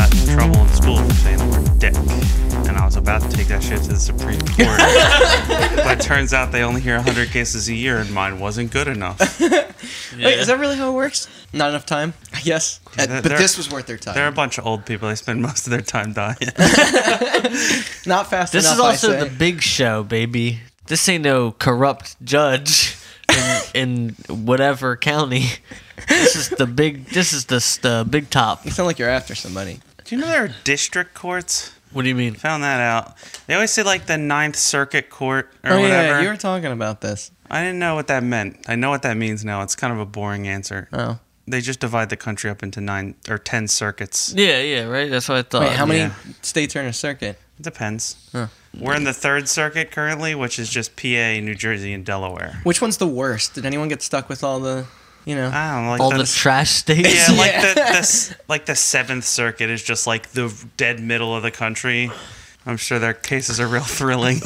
in school for saying the word dick. And I was about to take that shit to the Supreme Court. but it turns out they only hear 100 cases a year, and mine wasn't good enough. Wait, is that really how it works? Not enough time, I guess. Uh, There- but there- this was worth their They're a time. bunch of old people. They spend most of their time dying. Not fast This enough. is also I say. the big show, baby. This ain't no corrupt judge in, in whatever county. This is the big. This is the s- the big top. You sound like you're after somebody. Do you know there are district courts? What do you mean? Found that out. They always say like the Ninth Circuit Court or oh whatever. yeah, you were talking about this. I didn't know what that meant. I know what that means now. It's kind of a boring answer. Oh, They just divide the country up into nine or ten circuits. Yeah, yeah, right. That's what I thought. wait, how many yeah. states are in a circuit? It depends. Huh. We're in the third circuit currently, which is just PA, New Jersey, and Delaware. Which one's the worst? Did anyone get stuck with all the, you know? I don't know, like All the the, trash states. yeah, like Yeah. the, the s- like the seventh circuit is just like the dead middle of the country. I'm sure their cases are real thrilling.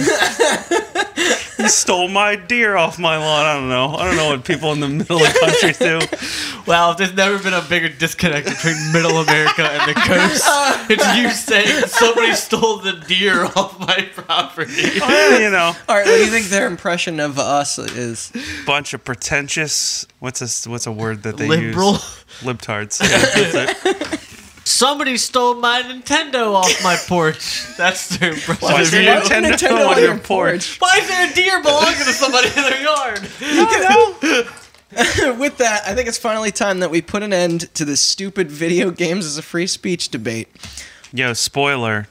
you stole my deer off my lawn. I don't know. I don't know what people in the middle of the country do. Wow, there's never been a bigger disconnect between Middle America and the coast. It's you saying somebody stole the deer off my property. Well, you know, all right, what do you think their impression of us is? bunch of pretentious. What's a s- what's a word that they Liberal. use? Libtards. Yeah, that's it. Somebody stole my Nintendo off my porch. That's their impression. Why is of there you. no Nintendo on your porch? Why is there a deer belonging to somebody in their yard? With that, I think it's finally time that we put an end to this stupid video games as a free speech debate. Yo, spoiler.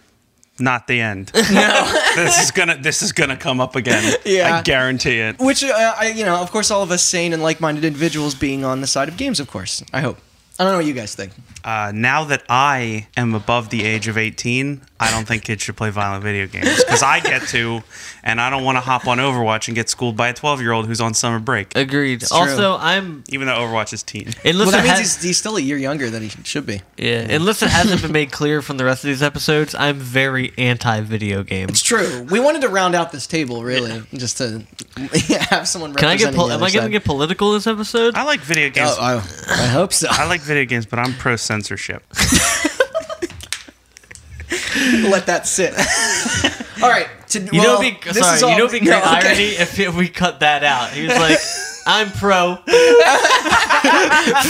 Not the end. No, this is gonna this is gonna come up again. Yeah. I guarantee it. Which, uh, I, you know, of course, all of us sane and like-minded individuals being on the side of games, of course. I hope. I don't know what you guys think. Uh, now that I am above the age of 18, I don't think kids should play violent video games because I get to, and I don't want to hop on Overwatch and get schooled by a 12 year old who's on summer break, Agreed. true. also, I'm even though Overwatch is teen. unless Well, that it means has- he's, he's still a year younger than he should be. yeah, unless it hasn't been made clear from the rest of these episodes, I'm very anti video game. It's true. We wanted to round out this table, really, just to have someone. Can I get? representing pol the am other I going to side. Uh, get political this episode? I like video games. Oh, I, I hope so. I like video games, but I'm pro censorship. Let that sit. all right. To, You well, know, it'd be, this sorry, is all, you know, it'd be no, great okay. irony if, if we cut that out. He was like, "I'm pro."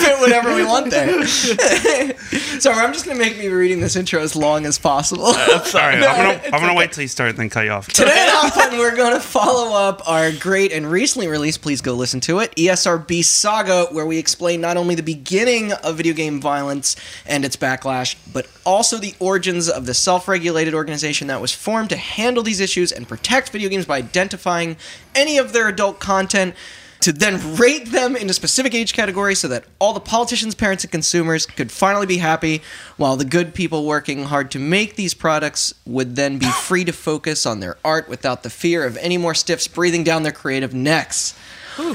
Fit whatever we want there. sorry, I'm just gonna make me reading this intro as long as possible. Uh, Sorry, I'm gonna, it's I'm gonna wait till you start and then cut you off. Today on Hot Button, we're going to follow up our great and recently released, please go listen to it, E ESRB Saga, where we explain not only the beginning of video game violence and its backlash, but also the origins of the self regulated organization that was formed to handle these issues and protect video games by identifying any of their adult content. To then rate them into specific age categories so that all the politicians, parents, and consumers could finally be happy, while the good people working hard to make these products would then be free to focus on their art without the fear of any more stiffs breathing down their creative necks. Whew.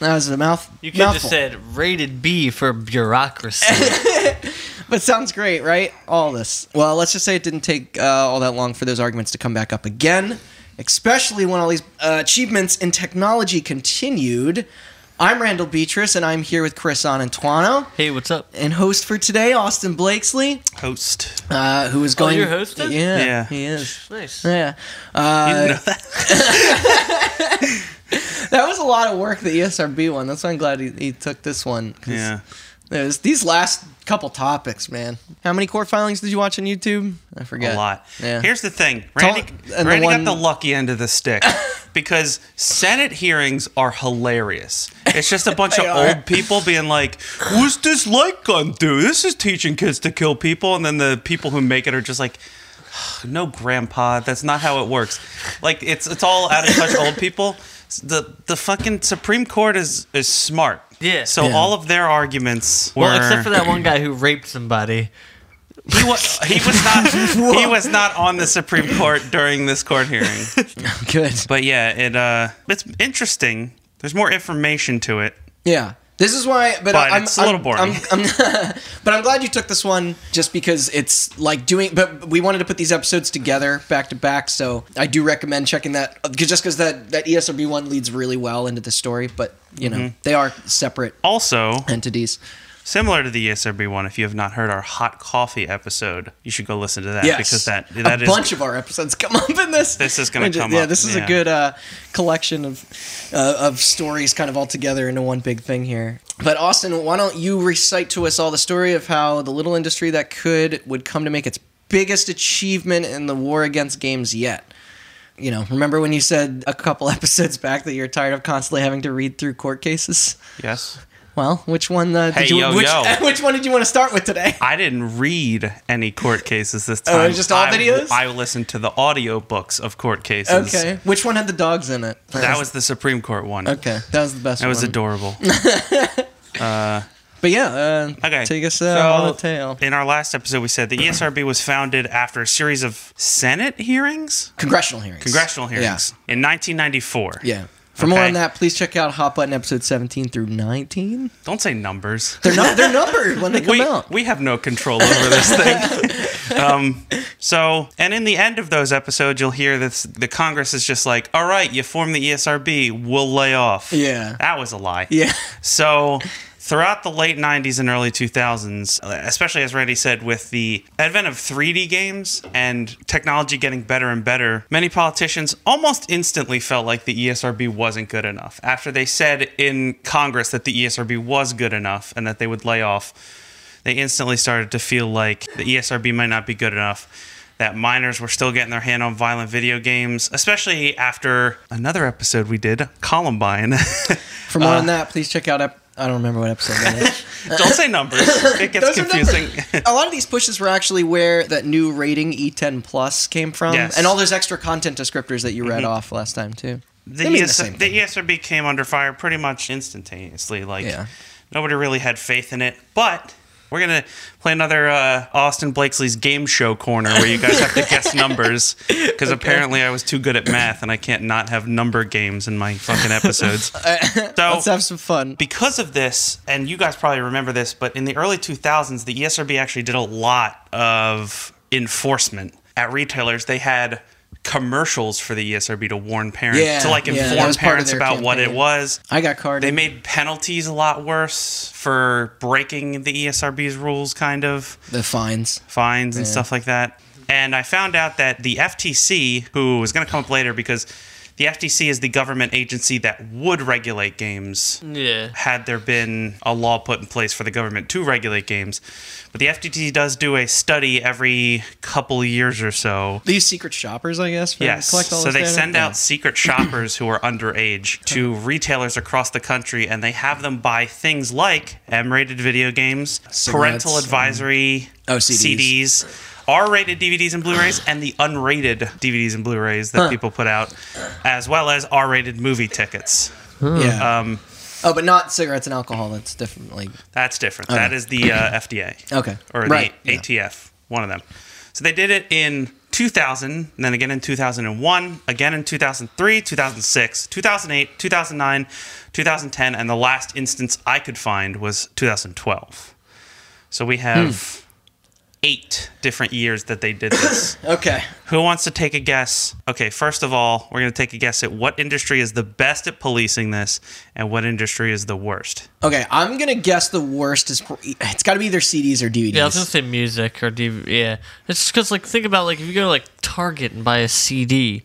That was a mouth. You could have mouthful. just said rated B for bureaucracy. But sounds great, right? All this. Well, let's just say it didn't take uh, all that long for those arguments to come back up again, especially when all these uh, achievements in technology continued. I'm Randall Beatrice, and I'm here with Chris Anantuano. hey, what's up? And host for today, Austin Blakesley, Host. uh, who is going. Oh, you're hosting? Yeah, Yeah. he is. Nice. Yeah, You uh, know that? that was a lot of work. The E ESRB one. That's why I'm glad he, he took this one. 'cause Yeah. there's- these last couple topics, man. How many core filings did you watch on YouTube? I forget. a lot. Yeah. Here's the thing, Tell- Randy. and the Randy one- got the lucky end of the stick because Senate hearings are hilarious. It's just a bunch of They are. old people being like, "What's this light gun do? This is teaching kids to kill people," and then the people who make it are just like. No, grandpa, that's not how it works. Like it's it's all out of touch old people. The the fucking Supreme Court is is smart. Yeah. So Yeah. all of their arguments were Well, except for that one guy who raped somebody. he was, he was not he was not on the Supreme Court during this court hearing. Good. But yeah, it uh, it's interesting. There's more information to it. Yeah. This is why, but, But I'm, it's a little I'm- boring. I'm- I'm- but I'm glad you took this one, just because it's like doing. But we wanted to put these episodes together back to back, so I do recommend checking that. 'cause- Just because that that E ESRB Mm-hmm. one leads really well into the story, but you know they are separate Also, entities. Similar to the E ESRB one, if you have not heard our hot coffee episode, you should go listen to that Yes. because that a that is bunch of our episodes come up in this. This is gonna Which come yeah, up, this is yeah. a good uh, collection of uh, of stories, kind of all together into one big thing here. But Austin, why don't you recite to us all the story of how the little industry that could would come to make its biggest achievement in the war against games yet? You know, remember when you said a couple episodes back that you're tired of constantly having to read through court cases? yes. Well, which one uh, did Hey, you yo, which, yo. which one did you want to start with today? I didn't read any court cases this time. Oh, it was just all I, videos? I listened to the audio books of court cases. Okay, which one had the dogs in it? That was the Supreme Court one. okay. um, That was the best. That was one. adorable. But yeah, uh, Okay. take us uh, So, on the tail. In our last episode, we said the E ESRB was founded after a series of Senate hearings, Congressional hearings. congressional hearings, in 1994. Yeah. yeah. For more Okay. on that, please check out Hot Button episode 17 through 19. Don't say numbers. They're not they're numbered when they come we, out. we have no control over this thing. um, so, and in the end of those episodes, you'll hear that the Congress is just like, all right, you form the E ESRB, we'll lay off. Yeah. That was a lie. yeah. So, throughout the late 90s and early 2000s, especially as Randy said, with the advent of 3D games and technology getting better and better, many politicians almost instantly felt like the E ESRB wasn't good enough. After they said in Congress that the E ESRB was good enough and that they would lay off, they instantly started to feel like the E ESRB might not be good enough. That minors were still getting their hand on violent video games, especially after another episode we did, Columbine. For Uh, more on that, please check out ep- I don't remember what episode that is. Don't say numbers. It gets Those are confusing. numbers. a lot of these pushes were actually where that new rating E10 plus came from, Yes. Mm-hmm. and all those extra content descriptors that you read off last time too. the, They mean the ES- same the E thing. ESRB came under fire pretty much instantaneously. Like Yeah. nobody really had faith in it. But we're gonna play another uh, Austin Blakesley's game show corner where you guys have to guess numbers because apparently I was too good at math and I can't not have number games in my fucking episodes. so Let's have some fun. because of this, and you guys probably remember this, but in the early 2000s, the E ESRB actually did a lot of enforcement at retailers. They had commercials for the E ESRB to warn parents, Yeah, to like yeah, that inform was part of parents their about what it campaign. was. I got carded. They made penalties a lot worse for breaking the E ESRB's rules, kind of the fines. fines and stuff like that. And I found out that the FTC, who is going to come up later because the FTC is the government agency that would regulate games Yeah. had there been a law put in place for the government to regulate games. But the FTC does do a study every couple years or so. These secret shoppers, I guess. for- Yes. collect all So this they data? send Yeah. out secret shoppers who are underage to retailers across the country and they have them buy things like M rated video games, Cigarettes, parental um, advisory Oh, CDs. CDs, R rated DVDs and Blu rays, and the unrated DVDs and Blu rays that people put out, as well as R rated movie tickets. Yeah. Um, Oh, but not cigarettes and alcohol. That's definitely That's different. That is the uh, FDA. Okay. Or Right, the yeah. ATF, one of them. So they did it in 2000, and then again in 2001, again in 2003, 2006, 2008, 2009, 2010, and the last instance I could find was 2012. So we have Hmm. eight different years that they did this. okay. Who wants to take a guess? Okay, first of all, we're going to take a guess at what industry is the best at policing this and what industry is the worst. Okay, I'm gonna guess the worst is pr- it's got to be either CDs or DVDs. Yeah, I was gonna say music or DV. Yeah, it's just because like think about like if you go to like Target and buy a CD,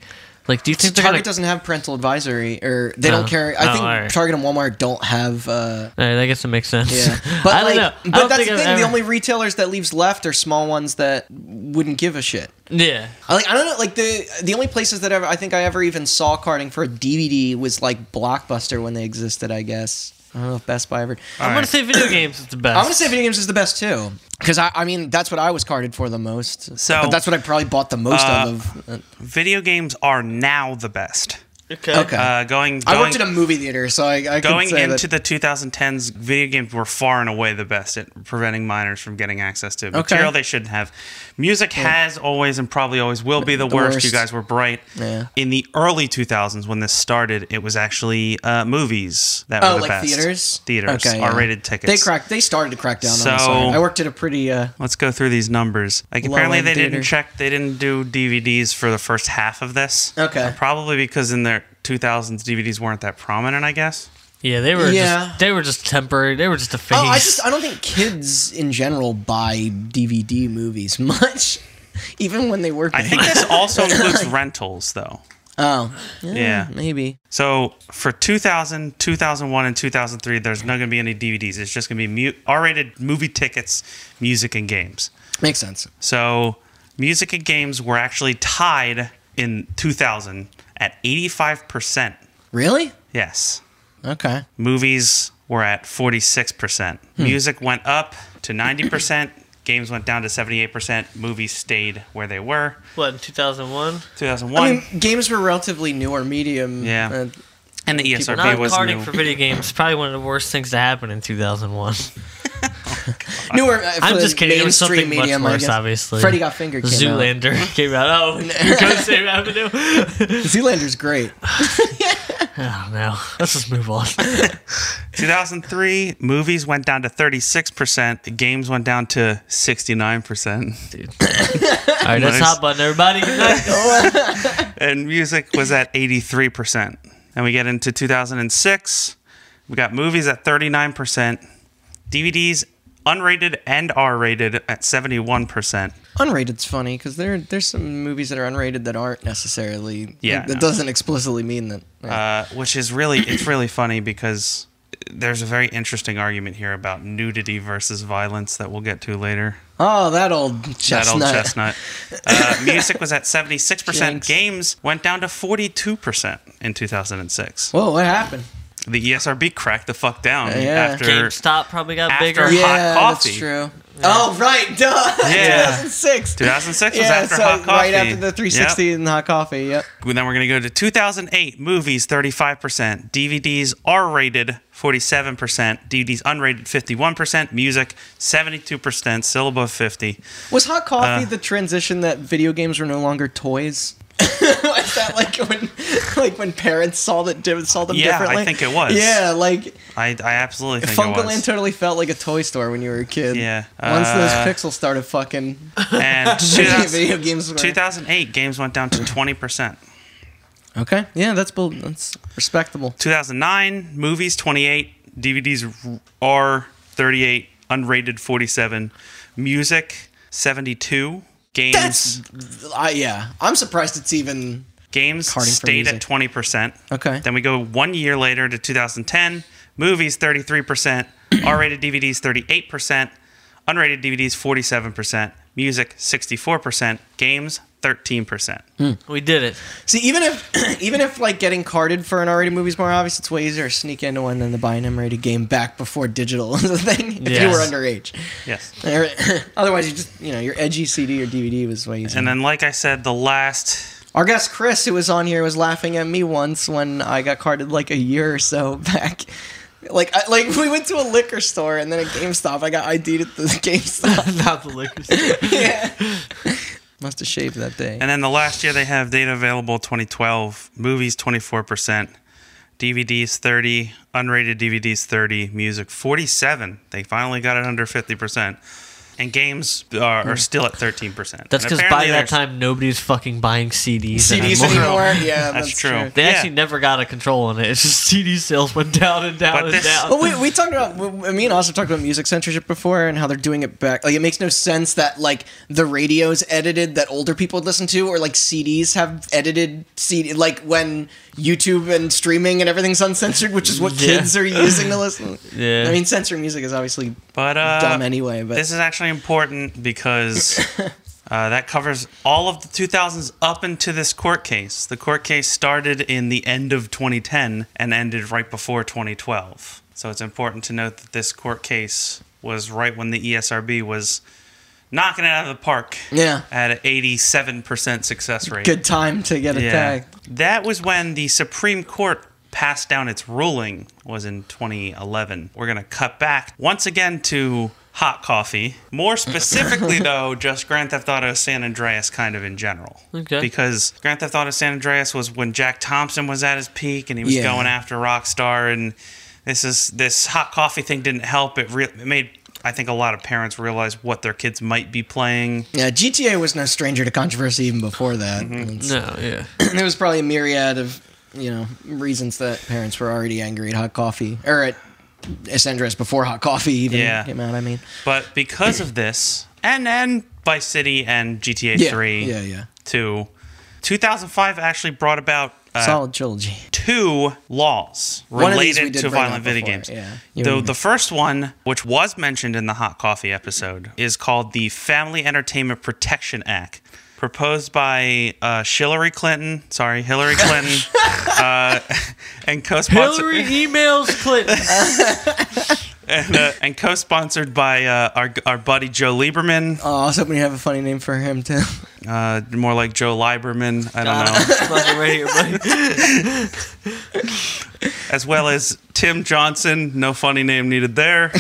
like do you think they're Target gonna? doesn't have parental advisory, or they don't Oh. carry. I Oh, think alright. Target and Walmart don't have. Uh, All right, I guess it makes sense. yeah, but but I don't like, know. I but don't that's think the I've thing. The ever- only retailers that leaves left are small ones that wouldn't give a shit. Yeah, I Like I don't know. Like the the only places that ever, I think I ever even saw carding for a DVD was like Blockbuster when they existed. I guess I don't know if Best Buy ever. I'm gonna say video games is the best. I'm gonna say video games is the best too, because I, I mean that's what I was carded for the most. So- but that's what I probably bought the most Uh, of. Uh, video games are now the best. okay. Okay. Uh, going, I going, worked at a movie theater, so I, I could going say into that. the 2010s, video games were far and away the best at preventing minors from getting access to material they shouldn't have. Music has always and probably always will be the, worst. worst. You guys were bright. Yeah. In the early 2000s, when this started, it was actually uh, movies that were oh, the like best. theaters, Theaters. Okay, yeah. R-rated tickets. They cracked. They started to crack down. So- on us. I worked at a pretty. Uh, Let's go through these numbers. Like apparently end they theater. didn't check. They didn't do DVDs for the first half of this. Okay. Uh, probably because in their 2000s DVDs weren't that prominent. I guess. Yeah, they were Yeah. just they were just temporary. They were just a phase. Oh, I just I don't think kids in general buy DVD movies much, even when they were. I think this also includes rentals, though. oh, Yeah. maybe. So for 2000, 2001, and 2003, there's not going to be any DVDs. It's just going to be mu- R-rated movie tickets, music, and games. Makes sense. So music and games were actually tied in 2000 at 85%. Really? Yes. Okay. Movies were at 46%. Hmm. Music went up to 90%. Games went down to 78%. Movies stayed where they were. what in two thousand one. 2001. I mean, games were relatively newer medium. Yeah. uh, and the E Not ESRB was carding new. for video games. Probably one of the worst things to happen in two thousand one. newer. uh, for I'm the just kidding. It was mainstream something medium, I much worse, guess. obviously. Freddy Got Fingered came out. Zoolander came out. Oh, here goes Same Avenue. I Zoolander's great. don't know. Let's just move on. 2003 movies went down to 36% games went down to 69% All right, that's Nice. hot button, everybody. Oh, Good night. and music was at 83% and we get into 2006 we got movies at 39% dvds unrated and r-rated at 71% Unrated's funny because there there's some movies that are unrated that aren't necessarily. Yeah, That, no. doesn't explicitly mean that. yeah. uh, which is really it's really funny because there's a very interesting argument here about nudity versus violence that we'll get to later oh, that old chestnut. that old chestnut. Uh, music was at 76%. Jinx. Games went down to 42% in 2006. Whoa, what happened? The E ESRB cracked the fuck down yeah. after. GameStop probably got After- bigger. Yeah. Yeah. coffee. That's true. Oh, right, duh. Yeah. 2006. 2006 was yeah, after so hot coffee. Right after the 360 and hot coffee. Yep. Yep. Then we're going to go to 2008 movies 35%, DVDs R rated 47%, DVDs unrated 51%, music 72%, syllable 50. Was hot coffee Uh. the transition that video games were no longer toys? was that like when, like when parents saw that di- saw them Yeah, I differently? think it was. Yeah, like I, I absolutely think it Funko was. Land totally felt like a toy store when you were a kid. Yeah, Once those uh, pixels started fucking and video 2000- games. Were. 2008 games went down to 20%. Okay. Yeah, that's bull- that's respectable. 2009 movies 28 dvds r 38 unrated 47 music 72 games That's I yeah. I'm surprised it's even games Carding for stayed at music. 20% okay. then we go one year later to 2010 movies 33% r-rated dvds 38% unrated dvds 47% music 64% games 13% Hmm. We did it. See, even if even if like getting carded for an R-rated movie is more obvious, it's way easier to sneak into one than to buy an M-rated game back before digital is a thing. If you Yes. were underage, yes Or- otherwise you just you know your edgy CD or DVD was way easier. and then like i said the last Our guest Chris, who was on here, was laughing at me once when I got carded like a year or so back. Like, I, like we went to a liquor store and then a GameStop. I got ID'd at the GameStop. Not the liquor store. yeah. Must have shaved that day. And then the last year they have data available 2012, movies 24%, DVDs 30, unrated DVDs 30, music 47. They finally got it under 50%. And games are, are still at 13%. Hmm. That's And because by apparently that there's- time nobody's fucking buying CDs. CDs anymore. anymore? Yeah, That's that's, true. They Yeah. actually never got a control on it. It's just CD sales went down and down But and this- Oh. down. Well, we, we talked about we- me and Austin talked about music censorship before and how they're doing it back. Like it makes no sense that like the radios edited that older people would listen to, or like CDs have edited CD like when YouTube and streaming and everything's uncensored, which is what Yeah. kids are using to listen. Yeah. I mean censoring music is obviously but, uh, dumb anyway, but This is actually important because uh, that covers all of the 2000s up into this court case. The court case started in the end of 2010 and ended right before 2012. So it's important to note that this court case was right when the E ESRB was knocking it out of the park yeah, at an 87% success rate. good time to get Yeah. attacked. That was when the Supreme Court passed down its ruling was in 2011. We're going to cut back once again to hot coffee. More specifically though, just Grand Theft Auto San Andreas kind of in general. Okay. Because Grand Theft Auto San Andreas was when Jack Thompson was at his peak and he was Yeah. going after Rockstar and this is this hot coffee thing didn't help. It, re- it made I think a lot of parents realize what their kids might be playing. Yeah, Mm-hmm. GTA was no stranger to controversy even before that. It's- no, yeah. there was probably a myriad of you know reasons that parents were already angry at hot coffee or at Ascendress before hot coffee even Yeah. came out. I mean, But because of this, and and Vice City and GTA yeah, Three, yeah, yeah, two, 2005 actually brought about uh, solid trilogy. two laws One of these we related did to bring violent up video before, games. yeah. You Though remember. the first one, which was mentioned in the hot coffee episode, is called the Family Entertainment Protection Act, proposed by uh, Hillary Clinton. Sorry, Hillary Clinton, uh, and co-sponsored Hillary emails Clinton. and, uh, and co-sponsored by uh, our our buddy Joe Lieberman, Oh, I was hoping you have a funny name for him too. uh, more like Joe Lieberman. I don't know. It's not right here, buddy. as well as Tim Johnson, no funny name needed there,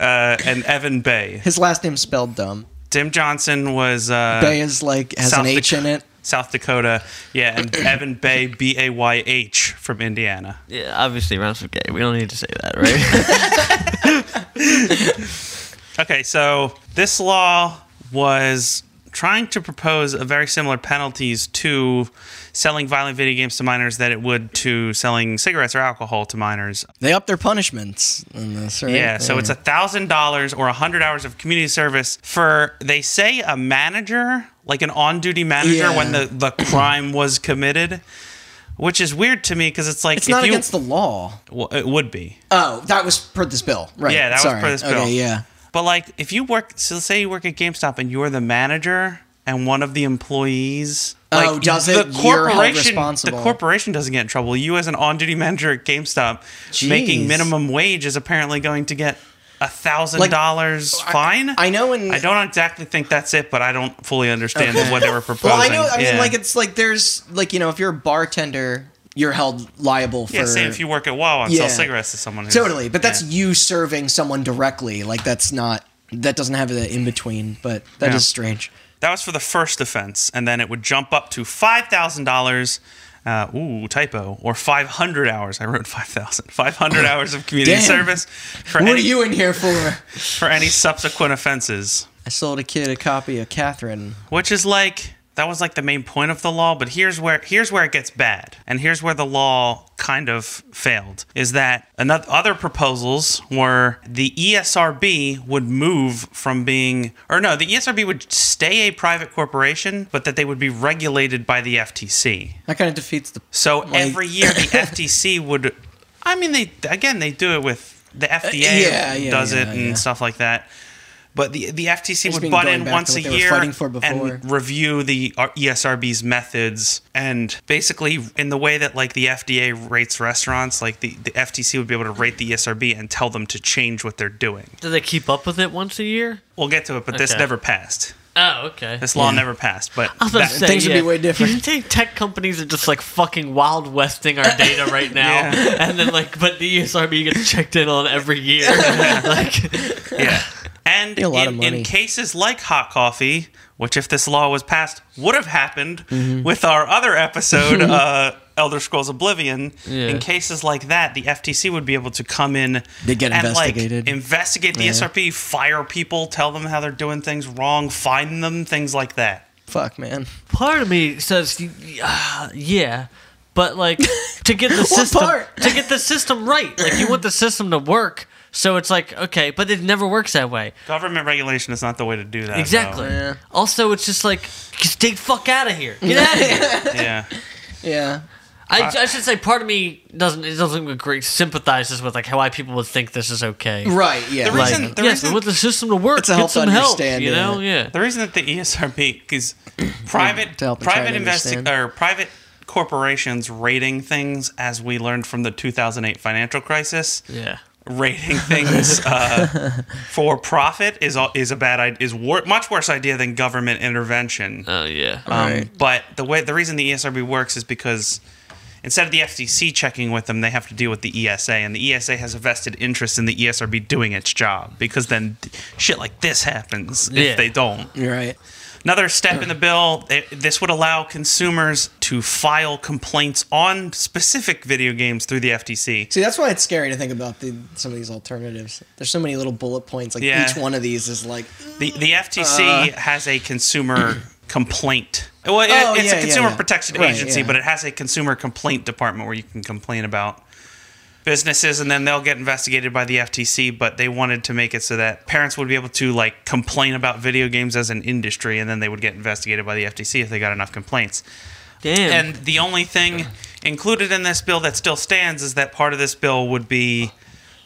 uh, and Evan Bay. His last name's spelled dumb. Tim Johnson was uh, Bay is like has an South H in Dakota- it. South Dakota, yeah, and Evan Bay, B A Y H, from Indiana. Yeah, obviously rounds with gay. We don't need to say that, right? Okay, so this law was trying to propose a very similar penalties to selling violent video games to minors that it would to selling cigarettes or alcohol to minors They up their punishments in this, right? Yeah, so it's a thousand dollars or a hundred hours of community service for they say a manager, like an on-duty manager, Yeah. when the the crime was committed, which is weird to me because it's like It's if not you, against the law. well, it would be, Oh, that was per this bill, right? Yeah, that was Sorry. per this bill. Okay, yeah. but like if you work, so let's say you work at GameStop and you're the manager and one of the employees. Like, Oh, does it? The You're held corporation, the responsible. corporation doesn't get in trouble. You, as an on-duty manager at GameStop, Jeez. making minimum wage is apparently going to get a thousand Like, dollars fine. I know in I don't exactly think that's it, but I don't fully understand Okay. what they were proposing. Well, I know. I mean, Yeah. like it's like there's like you know if you're a bartender, you're held liable for yeah, same if you work at Wawa and Yeah. sell cigarettes to someone. Who's, totally, but that's yeah. you serving someone directly. Like that's not that doesn't have the in between, but that is Yeah. strange. that was for the first offense, and then it would jump up to five thousand dollars. Uh, ooh, typo or five hundred hours. I wrote 5,000. 500 hours of community Damn. service for What are any, you in here for? for any subsequent offenses, I sold a kid a copy of Catherine. which is like that was like the main point of the law. But here's where here's where it gets bad, and here's where the law kind of failed. Is that another other proposals were the E ESRB would move from being or no, the E ESRB would stay a private corporation, but that they would be regulated by the FTC. That kind of defeats the. So every year the FTC would I mean they again they do it with the FDA Uh, yeah, yeah, does yeah, it and yeah. stuff like that. But the the FTC just would mean butt going in back to once a what they were year fighting for before. and review the R- ESRB's methods and basically in the way that like the FDA rates restaurants, like the, the FTC would be able to rate the E ESRB and tell them to change what they're doing. Do they keep up with it once a year? We'll get to it, but this Okay. never passed. Oh, okay. This law never passed, but I was about that- to say, things would be yeah. way different. You think tech companies are just like fucking wild westing our data right now, Yeah. and then like, but the E ESRB gets checked in on every year. like, Yeah. And a lot of in, money. in cases like hot coffee, which if this law was passed would have happened Mm-hmm. with our other episode, uh, Elder Scrolls Oblivion, Yeah. in cases like that, the FTC would be able to come in They get and investigated. like investigate the SRP, fire people, tell them how they're doing things wrong, find them, things like that. Fuck, man. part of me says, uh, yeah, but like to get the system part? to get the system right, like you want the system to work. So it's like okay, but it never works that way. Government regulation is not the way to do that. though. Exactly. Yeah. Also, it's just like stay the fuck out of here. Get out of here. Yeah. Yeah. I, I should say part of me doesn't it doesn't agree sympathizes with like how why people would think this is okay. Right. Yeah. The Like, reason- the yes, reason- with the system to work, It's a help get some to help. understand, You yeah. know, yeah. The reason that the E ESRB is private to help them try private to investi- understand. or private corporations rating things, as we learned from the 2008 financial crisis, Yeah. rating things uh, for profit is al- is a bad idea is wor- much worse idea than government intervention. Oh yeah. Um, Uh, Right. But the way the E reason the ESRB works is because instead of the FTC checking with them, they have to deal with the ESA, and the ESA has a vested interest in the E ESRB doing its job because then th- shit like this happens Yeah. if they don't. You're right. Another step in the bill, it, this would allow consumers to file complaints on specific video games through the FTC. See, that's why it's scary to think about the, some of these alternatives. There's so many little bullet points. Like Yeah. each one of these is like The, the FTC has a consumer complaint Well, it- Oh, it's yeah, a yeah, consumer yeah. protection Right, agency, yeah. but it has a consumer complaint department where you can complain about businesses, and then they'll get investigated by the FTC. But they wanted to make it so that parents would be able to like complain about video games as an industry, and then they would get investigated by the FTC if they got enough complaints. Damn. And the only thing included in this bill that still stands is that part of this bill would be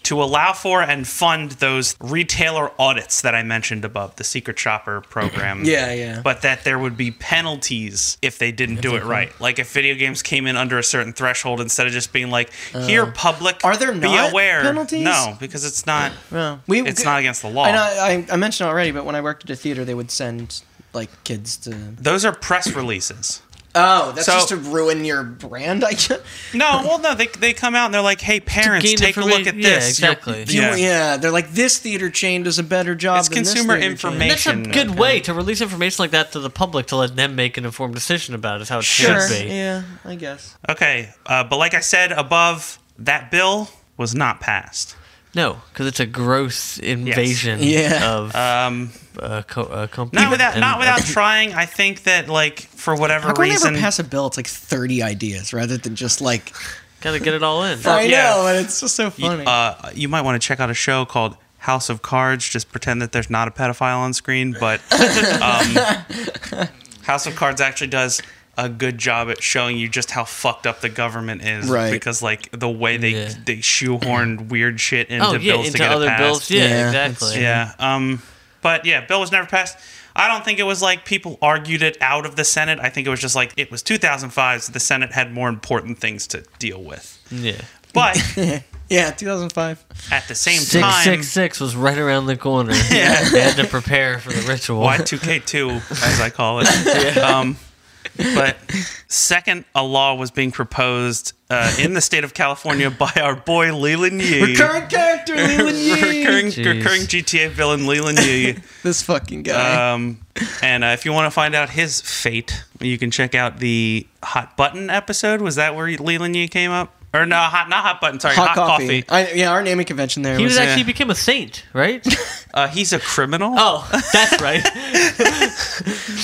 to allow for and fund those retailer audits that I mentioned above, the secret shopper program. Yeah, yeah. But that there would be penalties if they didn't do it right. Like if video games came in under a certain threshold instead of just being like, here, public, Uh, Are there be not aware. penalties? No, because it's not. No, we, It's not against the law. I, know, I, I mentioned already, but when I worked at a theater, they would send like kids to. Those are press releases. Oh, that's So- just to ruin your brand. I guess. No, well, no, they, they come out and they're like, hey, parents, gain take a look at information- yeah, this. Your- exactly. You- yeah. they're like this theater chain does a better job. It's than this consumer theater chain." information. that's a uh, good way to release information like that to the public to let them make an informed decision about it. Is how it Sure. should be. Yeah, I guess. Okay, uh, but like I said above, that bill was not passed. No, because it's a gross invasion Yeah. of Um, uh, co- uh, company. not without and- not without trying. I think that like for whatever How can we reason, ever pass a bill? It's like thirty ideas rather than just like. Gotta get it all in. I yeah. know, and it's just so you, funny. uh, you might want to check out a show called House of Cards. Just pretend that there's not a pedophile on screen, but um, House of Cards actually does a good job at showing you just how fucked up the government is Right. because like the way they Yeah. they shoehorn weird shit into oh yeah, bills to into get it other passed. bills. Yeah, Yeah, exactly. Yeah. Um, but yeah, bill was never passed. I don't think it was like people argued it out of the Senate. I think it was just like it was 2005, so the Senate had more important things to deal with. yeah. But yeah, 2005. at the same Six time, six six was right around the corner. yeah. They had to prepare for the ritual. Y2K2, as I call it. um, but second, a law was being proposed uh, in the state of California by our boy Leland Yee. Recurring character, Leland Yee. recurring, Jeez. recurring GTA villain Leland Yee. This fucking guy. Um, and uh, if you want to find out his fate, you can check out the hot button episode. Was that where Leland Yee came up? Or no, hot not hot button. Sorry, hot, coffee. I, yeah, our naming convention there. He was was actually yeah. became a saint, right? Uh, he's a criminal. Oh, that's right.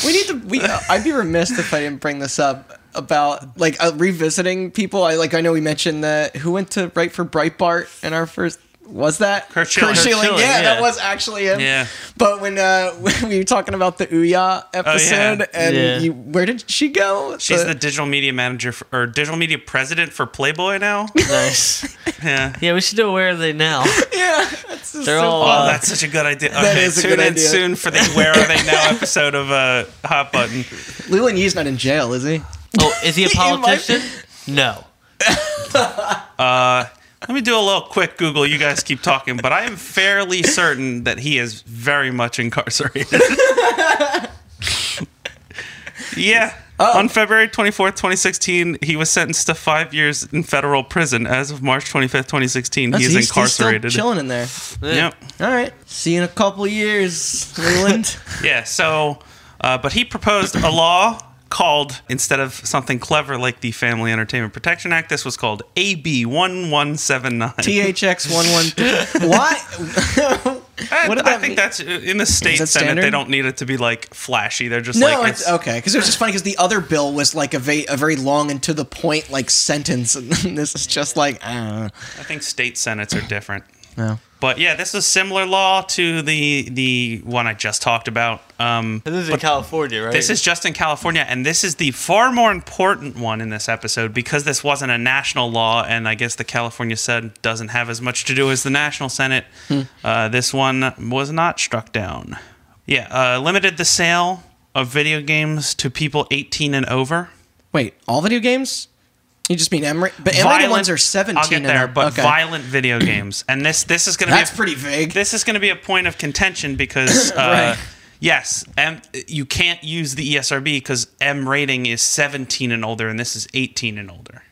we need to. We, uh, I'd be remiss if I didn't bring this up about like uh, revisiting people. I like. I know we mentioned that who went to write for Breitbart in our first. Was that Kurt Schilling. Kurt Schilling, Schilling, Yeah, yeah. that was actually him. Yeah. Oh, But when uh, when we were talking about the Ouya episode, and Yeah. you, where did she go? She's the digital media manager for, or digital media president for Playboy now. nice. Yeah. Yeah, we should do Where Are They Now? yeah. That's just They're so all, Oh, funny. Uh, that's such a good idea. Okay, is a tune good in idea. soon for the "Where Are They Now" episode of uh, Hot Button. uh, Leland Yee's not in jail, is he? Oh, is he a might- politician? No. Let me do a little quick Google. You guys keep talking, but I am fairly certain that he is very much incarcerated. yeah. Oh. On February 24th, 2016, he was sentenced to five years in federal prison. As of March 25th, 2016, he is he's- he's still incarcerated. chilling in there. Yep. All right. See you in a couple years, Leland. Yeah. So, uh, but he proposed a law called instead of something clever like the Family Entertainment Protection Act, this was called AB 1179. THX one one. Why? I, what did Eh, I that think mean? that's uh, in the state that senate. They standard? don't need it to be like flashy. They're just No, like it's, okay. Because it was just funny because the other bill was like a, va- a very long and to the point like sentence, and this is just like uh, I don't know. I think state senates are different. No. But yeah, this is a similar law to the the one I just talked about. Um, This is in California, right? this is just in California, and this is the far more important one in this episode because this wasn't a national law, and I guess the California Senate doesn't have as much to do as the national Senate. Hmm. Uh, this one was not struck down. Yeah, uh, limited the sale of video games to people 18 and over. Wait, all video games? You just mean Emory? But Emory Violent- ones are seventeen. I'll get and there, up. but Okay. violent video games, and this this is going to be That's a- pretty vague. This is going to be a point of contention because uh, Right. yes, M, you can't use the E ESRB because M rating is 17 and older, and this is 18 and older.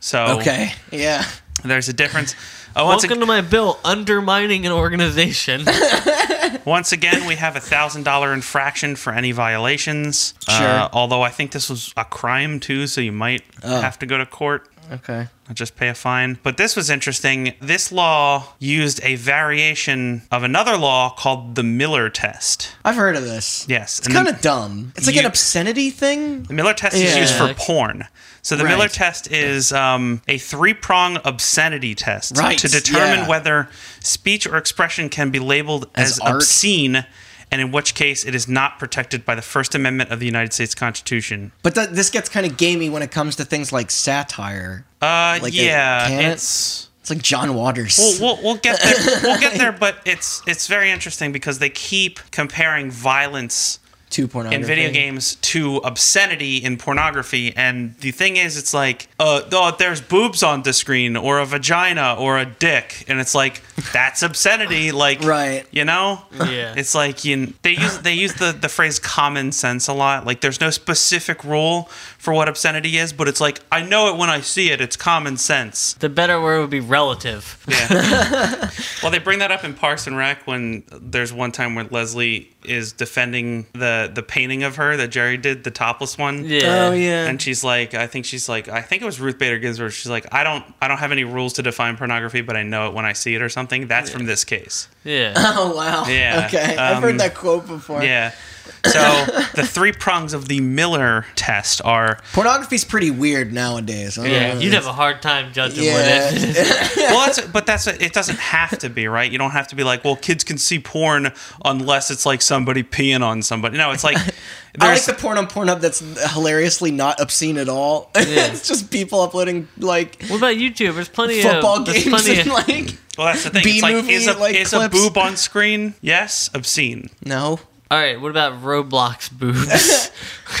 So Hmm. Okay. Yeah. there's a difference. Uh, once, Welcome ag- to my bill undermining an organization. once again, we have a thousand dollar infraction for any violations. Uh, Sure. Oh. although I think this was a crime too, so you might have to go to court. Okay. I'll just pay a fine. But this was interesting. This law used a variation of another law called the Miller test. I've heard of this. Yes, It's and kind of then- dumb. It's like You- an obscenity thing. The Miller test is Yeah. used for porn. So the Right. Miller test is um, a three-prong obscenity test Right, to determine yeah. whether speech or expression can be labeled As as, art? obscene, and in which case it is not protected by the First Amendment of the United States Constitution. But th- this gets kind of gamey when it comes to things like satire. Uh, Like they yeah, can't? it's. It's like John Waters. We'll, we'll, we'll get there. We'll get there, but it's it's very interesting because they keep comparing violence Two oh pornography. in video games to obscenity in pornography. And the thing is, it's like, uh, oh, there's boobs on the screen, or a vagina, or a dick, and it's like that's obscenity. Like, Right. You know, Yeah. It's like you. They use they use the the phrase common sense a lot. Like, there's no specific rule for what obscenity is, but it's like I know it when I see it. It's common sense. The better word would be relative. Yeah. well, they bring that up in Parks and Rec when there's one time where Leslie is defending the the painting of her that Jerry did, the topless one. Yeah. Oh yeah. And she's like, I think she's like, I think it was Ruth Bader Ginsburg. She's like, I don't, I don't have any rules to define pornography, but I know it when I see it or something. That's from this case. Yeah. oh wow. Yeah, Okay. I've um, heard that quote before. Yeah. So the three prongs of the Miller test are Pornography's pretty weird nowadays. I don't Yeah. know. You'd have a hard time judging Yeah. what it is. well, that's but that's it. Doesn't have to be right. You don't have to be like, well, kids can see porn unless it's like somebody peeing on somebody. No, it's like I there's like the porn on Pornhub that's hilariously not obscene at all. it's just people uploading like What about YouTube? There's plenty football of there's games plenty and of, like well, that's the thing. It's like B-movie, is a like, is a clips. boob on screen? Yes, obscene. no. All right, what about Roblox boobs?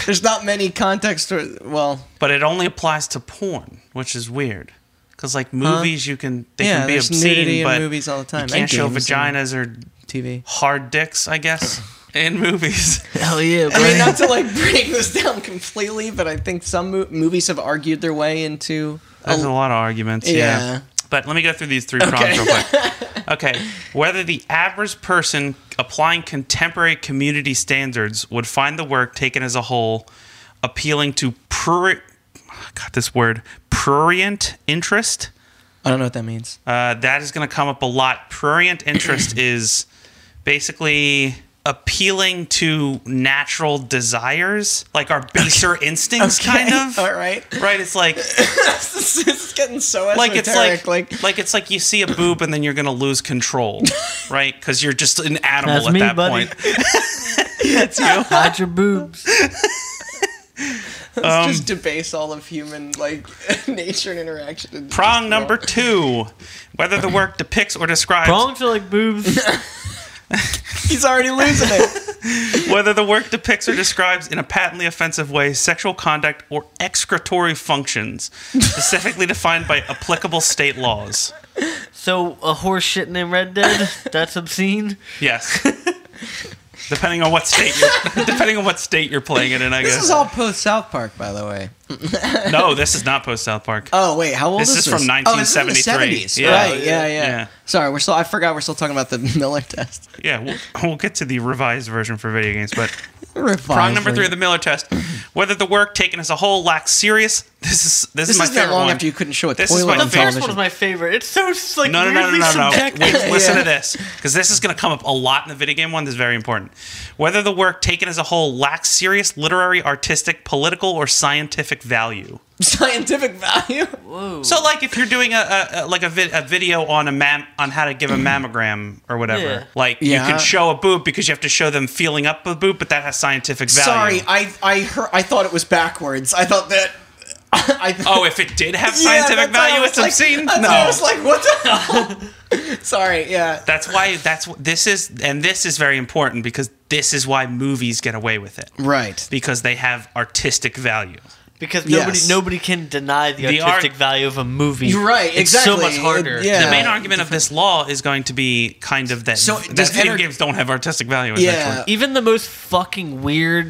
There's not many context or well, but it only applies to porn, which is weird. Because like movies, you can they Yeah, can be there's nudity obscene, in but movies all the time, you can't and show games vaginas or TV. hard dicks, I guess, in movies. Hell yeah, I mean, not bro. to like break this down completely, but I think some mo- movies have argued their way into. There's a lot of arguments. Yeah. Oh. Yeah. But let me go through these three prongs real quick. Okay. Whether the average person applying contemporary community standards would find the work taken as a whole appealing to prurient, got this word, prurient interest. I don't know what that means. Uh, that is going to come up a lot. Prurient interest is basically appealing to natural desires, like our baser instincts, kind of. All right. Right? It's like this is getting so like it's like, like like it's like you see a boob and then you're going to lose control, right? Because you're just an animal That's at me, that buddy. point. Hide your boobs. let's Um, just debase all of human like nature and interaction. and Prong just- number two: whether the work depicts or describes Wrong to like boobs. He's already losing it. Whether the work depicts or describes in a patently offensive way sexual conduct or excretory functions, specifically defined by applicable state laws. So a horse shitting in Red Dead? That's obscene. Yes. depending on what state you're depending on what state you're playing it in, I guess. this is all post South Park, by the way. no, this is not post South Park. Oh wait, how old This is is from Oh, this is in the 1973. 70s. Yeah. Right? Yeah, yeah, Yeah. Sorry, we're still. I forgot we're still talking about the Miller test. yeah, we'll, we'll get to the revised version for video games, but prong Prong number three of the Miller test: whether the work taken as a whole lacks serious. This is this, is This my isn't that favorite long one. after you couldn't show a This is toilet my on favorite- First television. one is my favorite. It's so like No, no, no, no, weirdly no, no. Wait, subjective. listen Yeah. to this because this is going to come up a lot in the video game one. This is very important. Whether the work taken as a whole lacks serious literary, artistic, political, or scientific value. Scientific value. So, like, if you're doing a, a, a like a, vid- a video on a mam on how to give a mammogram or whatever, Yeah. like Mm-hmm. Yeah. you can show a boob because you have to show them feeling up a boob, but that has scientific value. Sorry, I I heard, I thought it was backwards. I thought that. I, Oh, if it did have Yeah, scientific that's why I value, was it's like- obscene. that's no, why I was like, what the hell? Sorry, yeah. that's why that's this is and this is very important because this is why movies get away with it. Right. because they have artistic value. because Yes. nobody nobody can deny the, The artistic art- value of a movie. You're right, It's so exactly. much harder. It- yeah. The main argument of this law is going to be kind of that, So, that does video enter- games don't have artistic value. Yeah. Yeah. Even the most fucking weird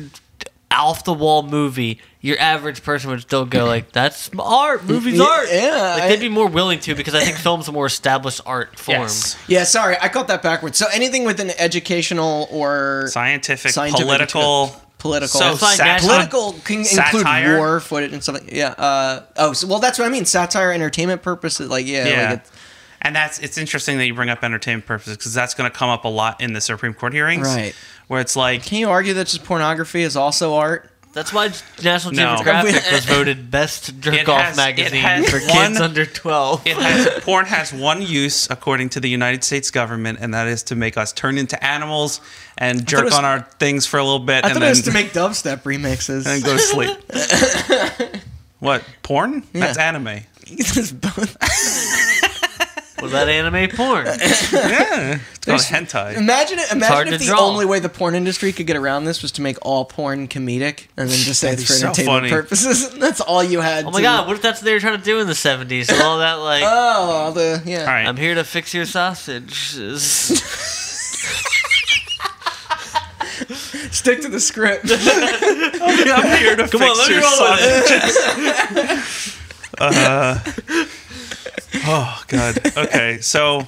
off the wall movie, your average person would still go like, "That's art. Movies Yeah, art." yeah, like, I- they'd be more willing to because I think film's a more established art form. Yes. Yeah, sorry, I caught that backwards. So anything with an educational or Scientific, Scientific political, political. So It's like sat- national- political can Satire? include war footage and something. Yeah. Uh, oh, so, well, that's what I mean. Satire, entertainment purposes. Like, yeah. yeah. Like it's, and that's it's interesting that you bring up entertainment purposes because that's going to come up a lot in the Supreme Court hearings, Right. Where it's like can you argue that just pornography is also art? That's why National No. Geographic was voted best jerk has- off it magazine has for one- kids under twelve. It has, porn has one use, according to the United States government, and that is to make us turn into animals and jerk it was- on our things for a little bit, I and thought then it was to make dubstep remixes. and go to sleep. what porn? That's Yeah. anime. It's both. Was that anime porn? Yeah, it's called There's- hentai. Imagine it. hard Imagine if to the draw. only way the porn industry could get around this was to make all porn comedic, and then just say That'd it's be for so entertainment funny. purposes. That's all you had. Oh my to- god, what if that's what they were trying to do in the seventies? All that like Oh, all the yeah. All right, I'm here to fix your sausages. Stick to the script. I'm here to fix let me your roll sausages. uh, oh god. Okay, so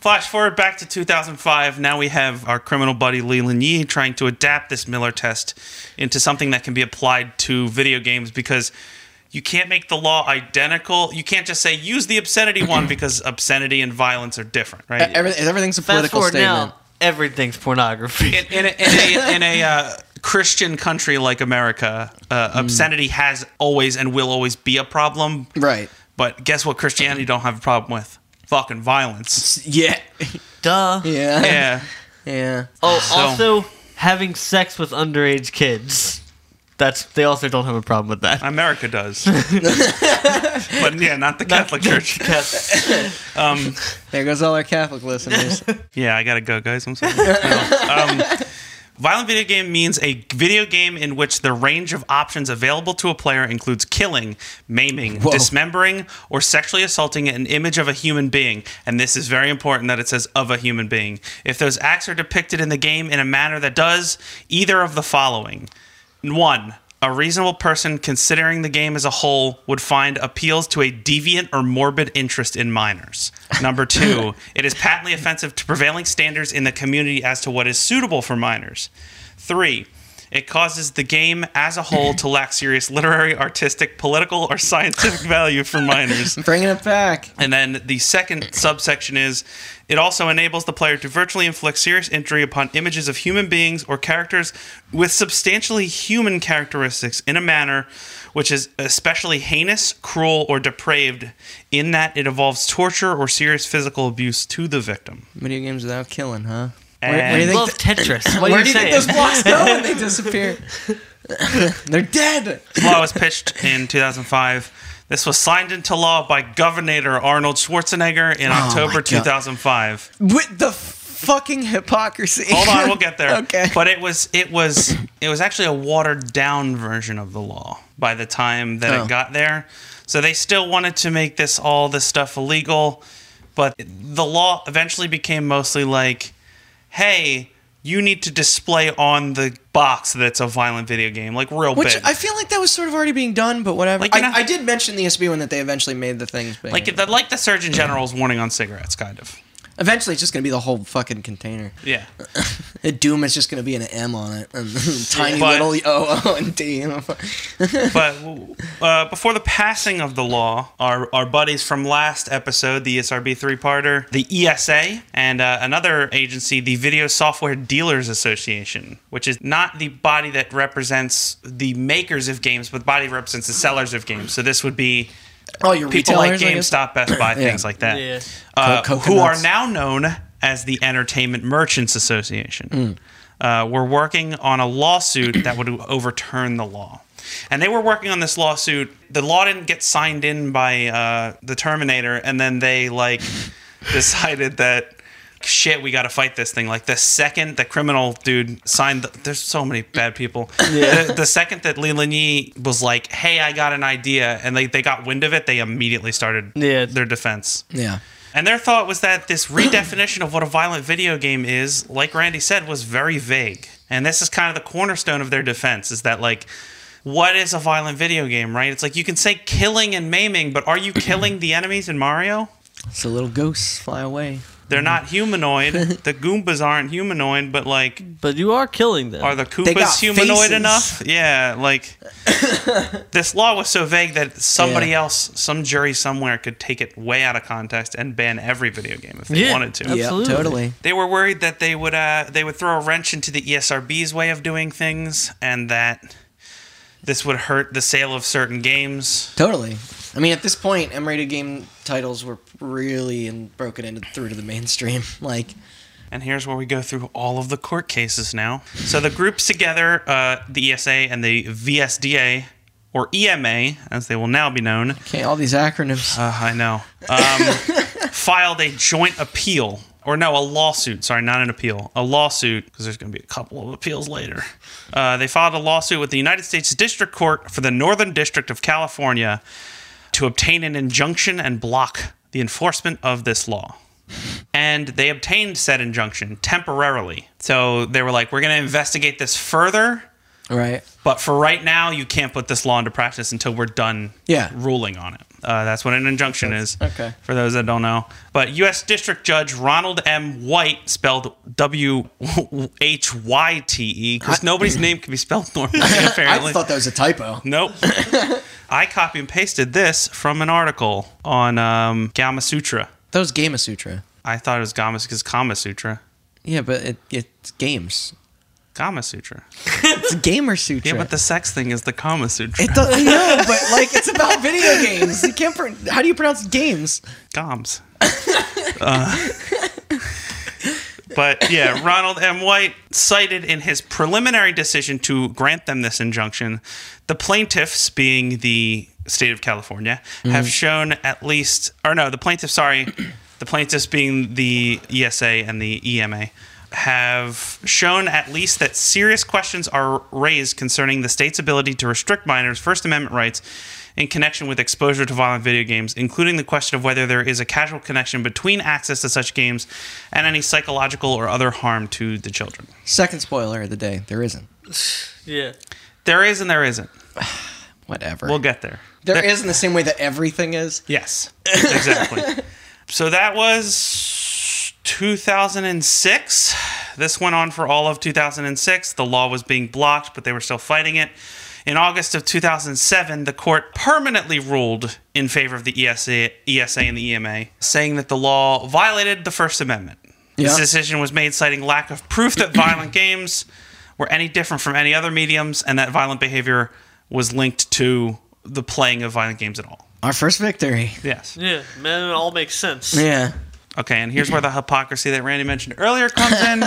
flash forward back to 2005. Now we have our criminal buddy Leland Yee trying to adapt this Miller test into something that can be applied to video games because. You can't make the law identical. You can't just say use the obscenity one because obscenity and violence are different, right? Everything, E-, everything's a Fast political forward statement. now, everything's pornography. in, in a, in a, in a uh, Christian country like America, uh, obscenity has always and will always be a problem. Right. But guess what? Christianity don't have a problem with fucking violence. Yeah. Duh. Yeah. Yeah, Yeah. Oh, So- also having sex with underage kids. That's they also don't have a problem with that. America does. but yeah, not the Catholic Church. Yes. Um, There goes all our Catholic listeners. yeah, I gotta go, guys. I'm sorry. No. Um, Violent video game means a video game in which the range of options available to a player includes killing, maiming, dismembering, or sexually assaulting an image of a human being. And this is very important that it says of a human being. If those acts are depicted in the game in a manner that does either of the following one, a reasonable person considering the game as a whole would find appeals to a deviant or morbid interest in minors. Number two, it is patently offensive to prevailing standards in the community as to what is suitable for minors. Three, it causes the game as a whole to lack serious literary, artistic, political, or scientific value for minors. Bringing it back. And then the second subsection is it also enables the player to virtually inflict serious injury upon images of human beings or characters with substantially human characteristics in a manner which is especially heinous, cruel, or depraved, in that it involves torture or serious physical abuse to the victim. Video games without killing, huh? And- think Love th- Tetris. What Where are you do you saying? think those blocks go when they disappear? They're dead. law was pitched in 2005. This was signed into law by Governor Arnold Schwarzenegger in October Oh God. 2005. With the fucking hypocrisy. Hold on, we'll get there. okay. But it was it was it was actually a watered down version of the law by the time that Oh. it got there. So they still wanted to make this all this stuff illegal, but the law eventually became mostly like, hey, you need to display on the box that's a violent video game, like real Which big. I feel like that was sort of already being done, but whatever. Like, you I, know- I did mention the SB one that they eventually made the things big. like the, like the Surgeon General's warning on cigarettes, kind of. eventually, it's just gonna be the whole fucking container. Yeah. The Doom is just gonna be an M on it, and tiny But- little E O O and D. but uh, before the passing of the law, our, our buddies from last episode, the E ESRB three parter, the ESA, and uh, another agency, the Video Software Dealers Association, which is not the body that represents the makers of games, but the body that represents the sellers of games. So this would be Oh, your people retailers, like I guess? GameStop, Best Buy, Yeah. things like that, Yeah. uh, Co- who are coconuts. now known as the Entertainment Merchants Association. Mm. Uh, were working on a lawsuit that would overturn the law. And they were working on this lawsuit. The law didn't get signed in by uh, the Terminator, and then they like decided that shit, we got to fight this thing. Like the second the criminal dude signed, the, there's so many bad people. The, the second that Leland Yee was like, "Hey, I got an idea," and they they got wind of it, they immediately started Yeah. their defense. Yeah. And their thought was that this redefinition of what a violent video game is, like Randy said, was very vague. And this is kind of the cornerstone of their defense is that, like, what is a violent video game, right? It's like you can say killing and maiming, but are you killing the enemies in Mario? So little ghosts fly away. They're not humanoid. the Goombas aren't humanoid, but like, But you are killing them. are the got Koopas humanoid faces. enough? Yeah, like, this law was so vague that somebody Yeah. else, some jury somewhere, could take it way out of context and ban every video game if they Yeah. wanted to. Yeah. Absolutely. totally. They were worried that they would uh, they would throw a wrench into the E ESRB's way of doing things, and that this would hurt the sale of certain games. Totally. I mean, at this point, M-rated game titles were really and broken into through to the mainstream. Like, And here's where we go through all of the court cases now. So the groups together, uh, the ESA and the VSDA, or EMA, as they will now be known, okay, all these acronyms. uh, I know, um, filed a joint appeal. Or no, a lawsuit. Sorry, not an appeal. A lawsuit, because there's going to be a couple of appeals later. Uh, they filed a lawsuit with the United States District Court for the Northern District of California to obtain an injunction and block the enforcement of this law. And they obtained said injunction temporarily. So they were like, we're going to investigate this further, right. but for right now, you can't put this law into practice until we're done Yeah. ruling on it. Uh, that's what an injunction is. okay. For those that don't know. But U.S. District Judge Ronald M. White, spelled W H Y T E, because nobody's name can be spelled normally, apparently. I thought that was a typo. Nope. I copy and pasted this from an article on um, Gama Sutra. That was Game of Sutra. I thought it was Gama because Kama Sutra. Yeah, but it, it's games. Kama Sutra. It's Gamer Sutra. Yeah, but the sex thing is the Kama Sutra. It does, I know, but like it's about video games. You can't. Pro- how do you pronounce games? Goms. Uh, but yeah, Ronald M. White cited in his preliminary decision to grant them this injunction the plaintiffs, being the state of California, have shown at least, or no, the plaintiffs, sorry, the plaintiffs being the ESA and the E EMA. Have shown at least that serious questions are raised concerning the state's ability to restrict minors' First Amendment rights in connection with exposure to violent video games, including the question of whether there is a casual connection between access to such games and any psychological or other harm to the children. Second spoiler of the day. There isn't. yeah. There is and there isn't. Whatever. We'll eh. get there. there is in the same way that everything is. Yes, exactly. so that was 2006. This went on for all of 2006. The law was being blocked, but they were still fighting it. In August of 2007, the court permanently ruled in favor of the E ESA, ESA and the EMA, saying that the law violated the First Amendment. This Yeah. decision was made citing lack of proof that violent games were any different from any other mediums and that violent behavior was linked to the playing of violent games at all. Our first victory. Yes. Yeah. Man, it all makes sense. Yeah. Okay, and here's where the hypocrisy that Randy mentioned earlier comes in.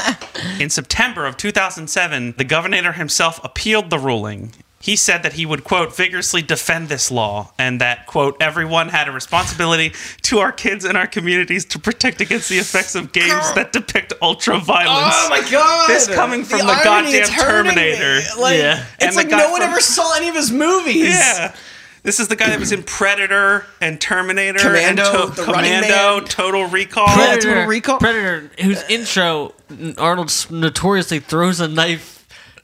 In September of 2007, the governor himself appealed the ruling. He said that he would, quote, vigorously defend this law and that, quote, everyone had a responsibility to our kids and our communities to protect against the effects of games that depict ultra violence. Oh, god! This coming from the irony, it's goddamn hurting me. Terminator. Like, Yeah. It's And the like guy no one from- ever saw any of his movies. Yeah. This is the guy that was in Predator and Terminator Commando, and The Running Commando, Man. Total Recall. Predator. That's what we recall- Predator, whose intro Arnold s- notoriously throws a knife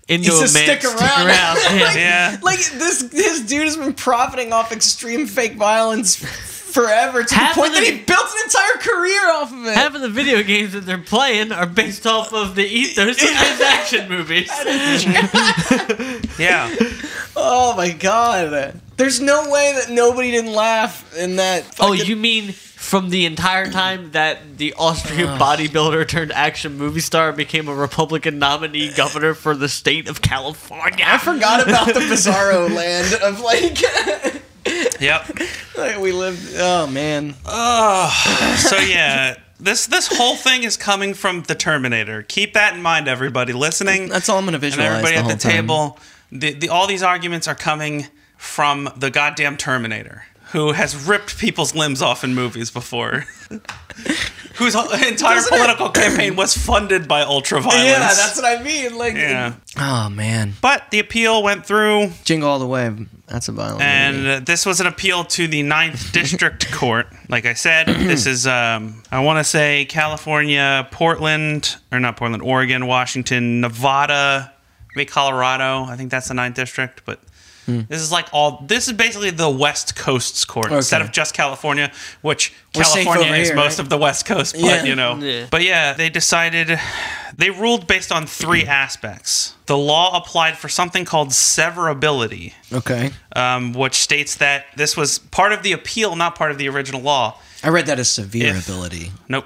into He a man. says, "Stick around." Yeah. Yeah. Like this, this dude has been profiting off extreme fake violence forever to Half the point of that the- he built an entire career off of it. Half of the video games that they're playing are based off of the ethos of his action movies. Yeah. oh my god! There's no way that nobody didn't laugh in that. Oh, fucking- you mean from the entire time that the Austrian bodybuilder turned action movie star became a Republican nominee governor for the state of California? I forgot about the bizarro land of like. Yep. like we lived. Oh man. So yeah, this this whole thing is coming from the Terminator. Keep that in mind, everybody listening, and That's all I'm gonna visualize. everybody the at the whole time. table. The, the, all these arguments are coming from the goddamn Terminator, who has ripped people's limbs off in movies before. Whose whole- entire Doesn't it- political campaign was funded by ultraviolence. Yeah, that's what I mean. Like, yeah. oh man, But the appeal went through, Jingle All the Way. That's a violent. and movie. uh, this was an appeal to the Ninth District Court. Like I said, this is um, I want to say California, Portland, or not Portland, Oregon, Washington, Nevada, maybe Colorado. I think that's the ninth district, but this is like all. This is basically the West Coast's court instead Hmm. Okay. of just California, which We're safe California over is here, most right? of the West Coast. But Yeah. you know, Yeah. but yeah, they decided they ruled based on three aspects. The law applied for something called severability Okay. um, which states that this was part of the appeal, not part of the original law. I read that as severe If- ability. Nope.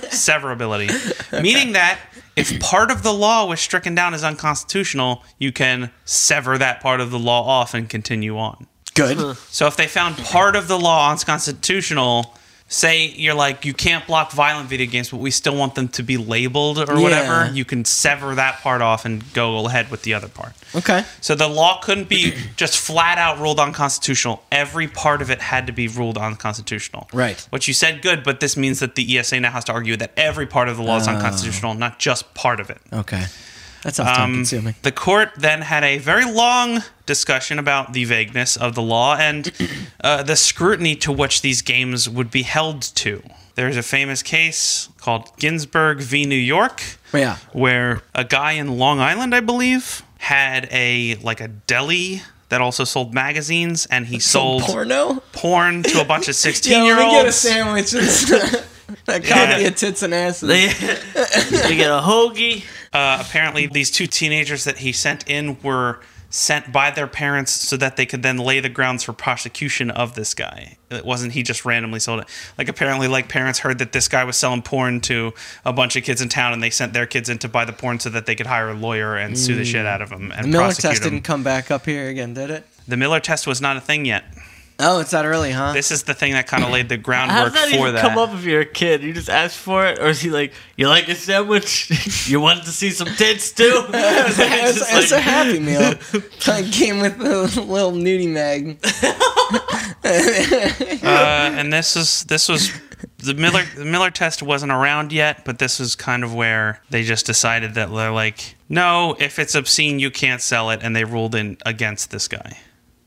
Severability. Meaning that if part of the law was stricken down as unconstitutional, you can sever that part of the law off and continue on. Good. So if they found part of the law unconstitutional, say you're like, you can't block violent video games, but we still want them to be labeled or whatever, Yeah. you can sever that part off and go ahead with the other part. Okay. So the law couldn't be just flat out ruled unconstitutional. Every part of it had to be ruled unconstitutional. Right. What you said, good, but this means that the ESA now has to argue that every part of the law is unconstitutional, not just part of it. Okay. That sounds time Um, consuming. The court then had a very long discussion about the vagueness of the law and uh, the scrutiny to which these games would be held to. There's a famous case called Ginsburg v. New York Yeah. where a guy in Long Island, I believe, had a like a deli that also sold magazines, and he sold porn. porno. to a bunch of Yeah, let me get a sixteen-year-olds. sandwich. a copy Yeah. of tits and asses. They, they get a hoagie. uh, apparently, these two teenagers that he sent in were sent by their parents so that they could then lay the grounds for prosecution of this guy. It wasn't he just randomly sold it. Like apparently, like parents heard that this guy was selling porn to a bunch of kids in town, and they sent their kids in to buy the porn so that they could hire a lawyer and sue the shit out of him and Miller prosecute test him. didn't come back up here again, did it? The Miller test was not a thing yet. Oh, it's that early, huh? This is the thing that kind of laid the How groundwork does that for even that. come up if you're a kid? You just ask for it, or is he like, "You like a sandwich? you wanted to see some tits too?" It's it's, just it's a like- happy meal. Kind of came with a little nudie mag. Uh, and this is this was the Miller the Miller test wasn't around yet, but this is kind of where they just decided that they're like, no, if it's obscene, you can't sell it, and they ruled in against this guy.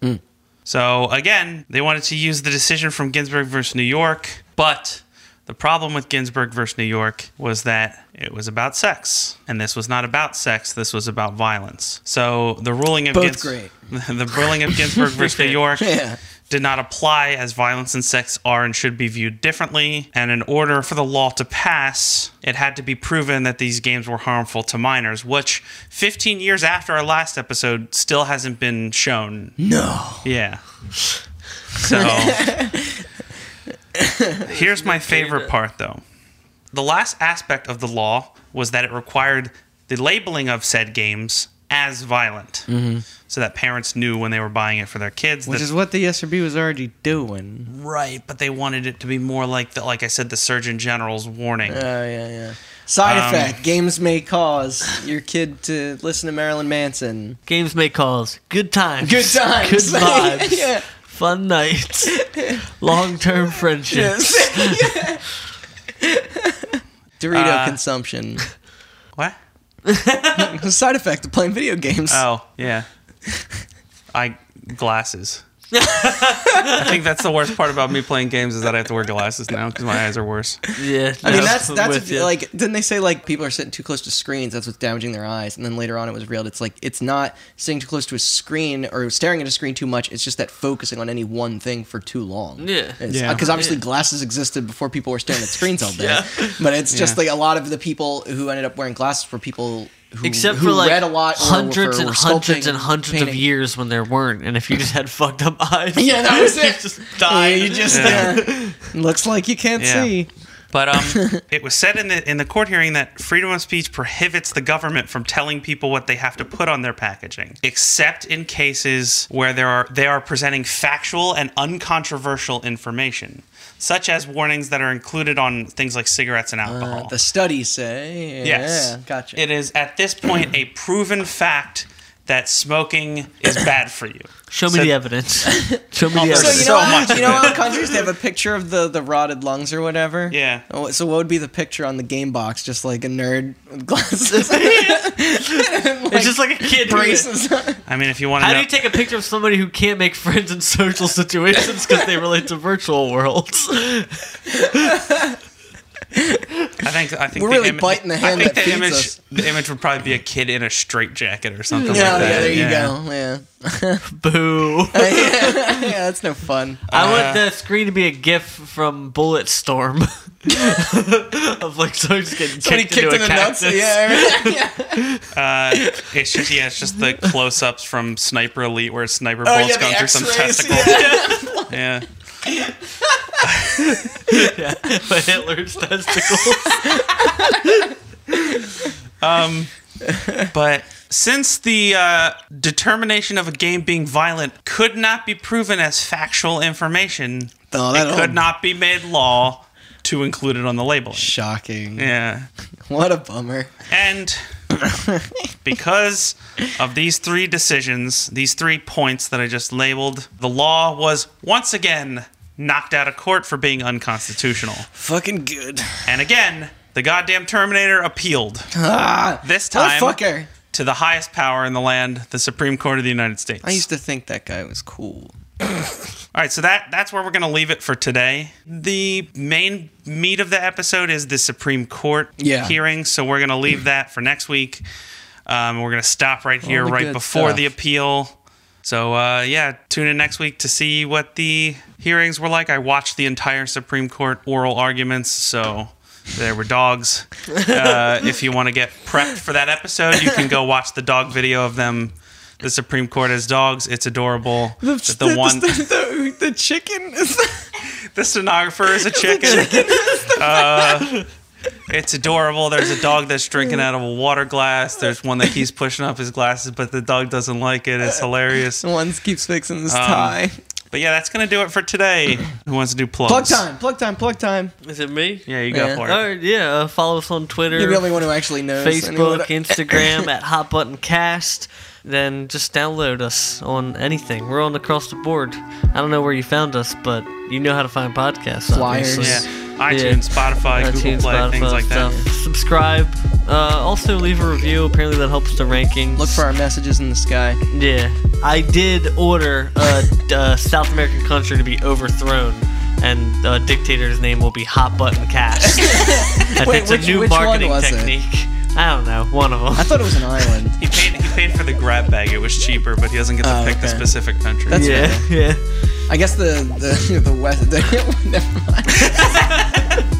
Hmm. So again, they wanted to use the decision from Ginsburg versus New York, but the problem with Ginsburg versus New York was that it was about sex, and this was not about sex. This was about violence. So the ruling of Gins- Both great. the ruling of Ginsburg versus New York Yeah. did not apply as violence and sex are and should be viewed differently. And in order for the law to pass, it had to be proven that these games were harmful to minors, which 15 years after our last episode still hasn't been shown. No. Yeah. So here's my favorite part though. The last aspect of the law was that it required the labeling of said games as violent. So that parents knew when they were buying it for their kids Which that is what the SRB was already doing. Right, but they wanted it to be more like the, like I said, the Surgeon General's warning. Oh, yeah, yeah. Side Um, effect games may cause your kid to listen to Marilyn Manson. Games make calls. Good times. Good times. Good vibes. yeah. Fun nights. Long term friendships. Dorito Uh, consumption. What? Side effect of playing video games. Oh, yeah. I glasses. I think that's the worst part about me playing games is that I have to wear glasses now because my eyes are worse. Yeah. I mean, no, that's with that's you. like didn't they say like people are sitting too close to screens? That's what's damaging their eyes. And then later on, it was revealed it's like it's not sitting too close to a screen or staring at a screen too much. It's just that focusing on any one thing for too long. Yeah. Yeah. Because obviously glasses existed before people were staring at screens all day. Yeah. But it's just Yeah. like a lot of the people who ended up wearing glasses were people. Who, Except who for like read a lot, or hundreds were- and were hundreds sculpting and hundreds of painting. years when there weren't, and if you just had fucked up eyes, Yeah, that was it. you just Yeah, died. you just Yeah. yeah. looks like you can't Yeah. see. But um, it was said in the in the court hearing that freedom of speech prohibits the government from telling people what they have to put on their packaging, except in cases where there are they are presenting factual and uncontroversial information, such as warnings that are included on things like cigarettes and alcohol. Uh, The studies say. Yeah, Yes. Gotcha. It is at this point a proven fact that smoking is bad for you. Show me So- the evidence. Show me the there's So evidence. you so know, how, much you of know it. how countries they have a picture of the, the rotted lungs or whatever. Yeah. Oh, So what would be the picture on the game box? Just like a nerd with glasses, it's just like a kid. who- braces. I mean, if you want to How know, do you take a picture of somebody who can't make friends in social situations because they relate to virtual worlds? I think I think We're the really ima- biting the hand I think that the feeds image us. the image would probably be a kid in a straitjacket or something yeah, like that. yeah, there you Yeah. go. Yeah. Boo. yeah, that's no fun. I want the screen to be a gif from Bulletstorm of like someone just getting Somebody kicked, into a cactus. Yeah, yeah. Uh, it's just yeah, it's just the close ups from Sniper Elite where a sniper Oh, bolts yeah, the gone through some X-rays, testicle. Yeah. But Hitler's testicles. But since the uh, determination of a game being violent could not be proven as factual information, Oh, it that could not be made law to include it on the labeling. shocking. Yeah. What a bummer. And because of these three decisions, these three points that I just labeled, the law was once again knocked out of court for being unconstitutional. Fucking good. And again, the goddamn Terminator appealed. Ah, This time motherfucker. to the highest power in the land, the Supreme Court of the United States. I used to think that guy was cool. All right, so that that's where we're going to leave it for today. The main meat of the episode is the Supreme Court Yeah. hearing, so we're going to leave that for next week. Um, we're going to stop right here, the right good before stuff. the appeal. So uh, yeah, tune in next week to see what the hearings were like. I watched the entire Supreme Court oral arguments, so there were dogs. Uh, if you want to get prepped for that episode, you can go watch the dog video of them. The Supreme Court as dogs. It's adorable. But the one the, the chicken is the stenographer is a chicken. Uh, it's adorable. There's a dog that's drinking out of a water glass. There's one that keeps pushing up his glasses, but the dog doesn't like it. It's hilarious. the one that keeps fixing Um, his tie. But yeah, that's gonna do it for today. Who wants to do plugs? Plug time, plug time, plug time. Is it me? Yeah, you go Yeah. for it. Alright, yeah. Uh, follow us on Twitter. er, You're the only one who actually knows. anyone. Facebook, Instagram at Hot Button Cast. Then just download us on anything. We're on across the board. I don't know where you found us, but you know how to find podcasts. Flyers. obviously. Yeah, iTunes, Spotify, Google iTunes, Play, things Spotify, like that. stuff. Subscribe. Uh, also leave a review. Apparently that helps the rankings. Look for our messages in the sky. Yeah, I did order a, a South American country to be overthrown, and the dictator's name will be Hot Button Cash. And Wait, it's which- a new which one marketing was it? technique. I don't know, one of them. I thought it was an island. He paid. He paid for the grab bag. It was cheaper, but he doesn't get to Oh, pick the okay. specific country. That's- yeah, yeah. I guess the the the west. The, never mind.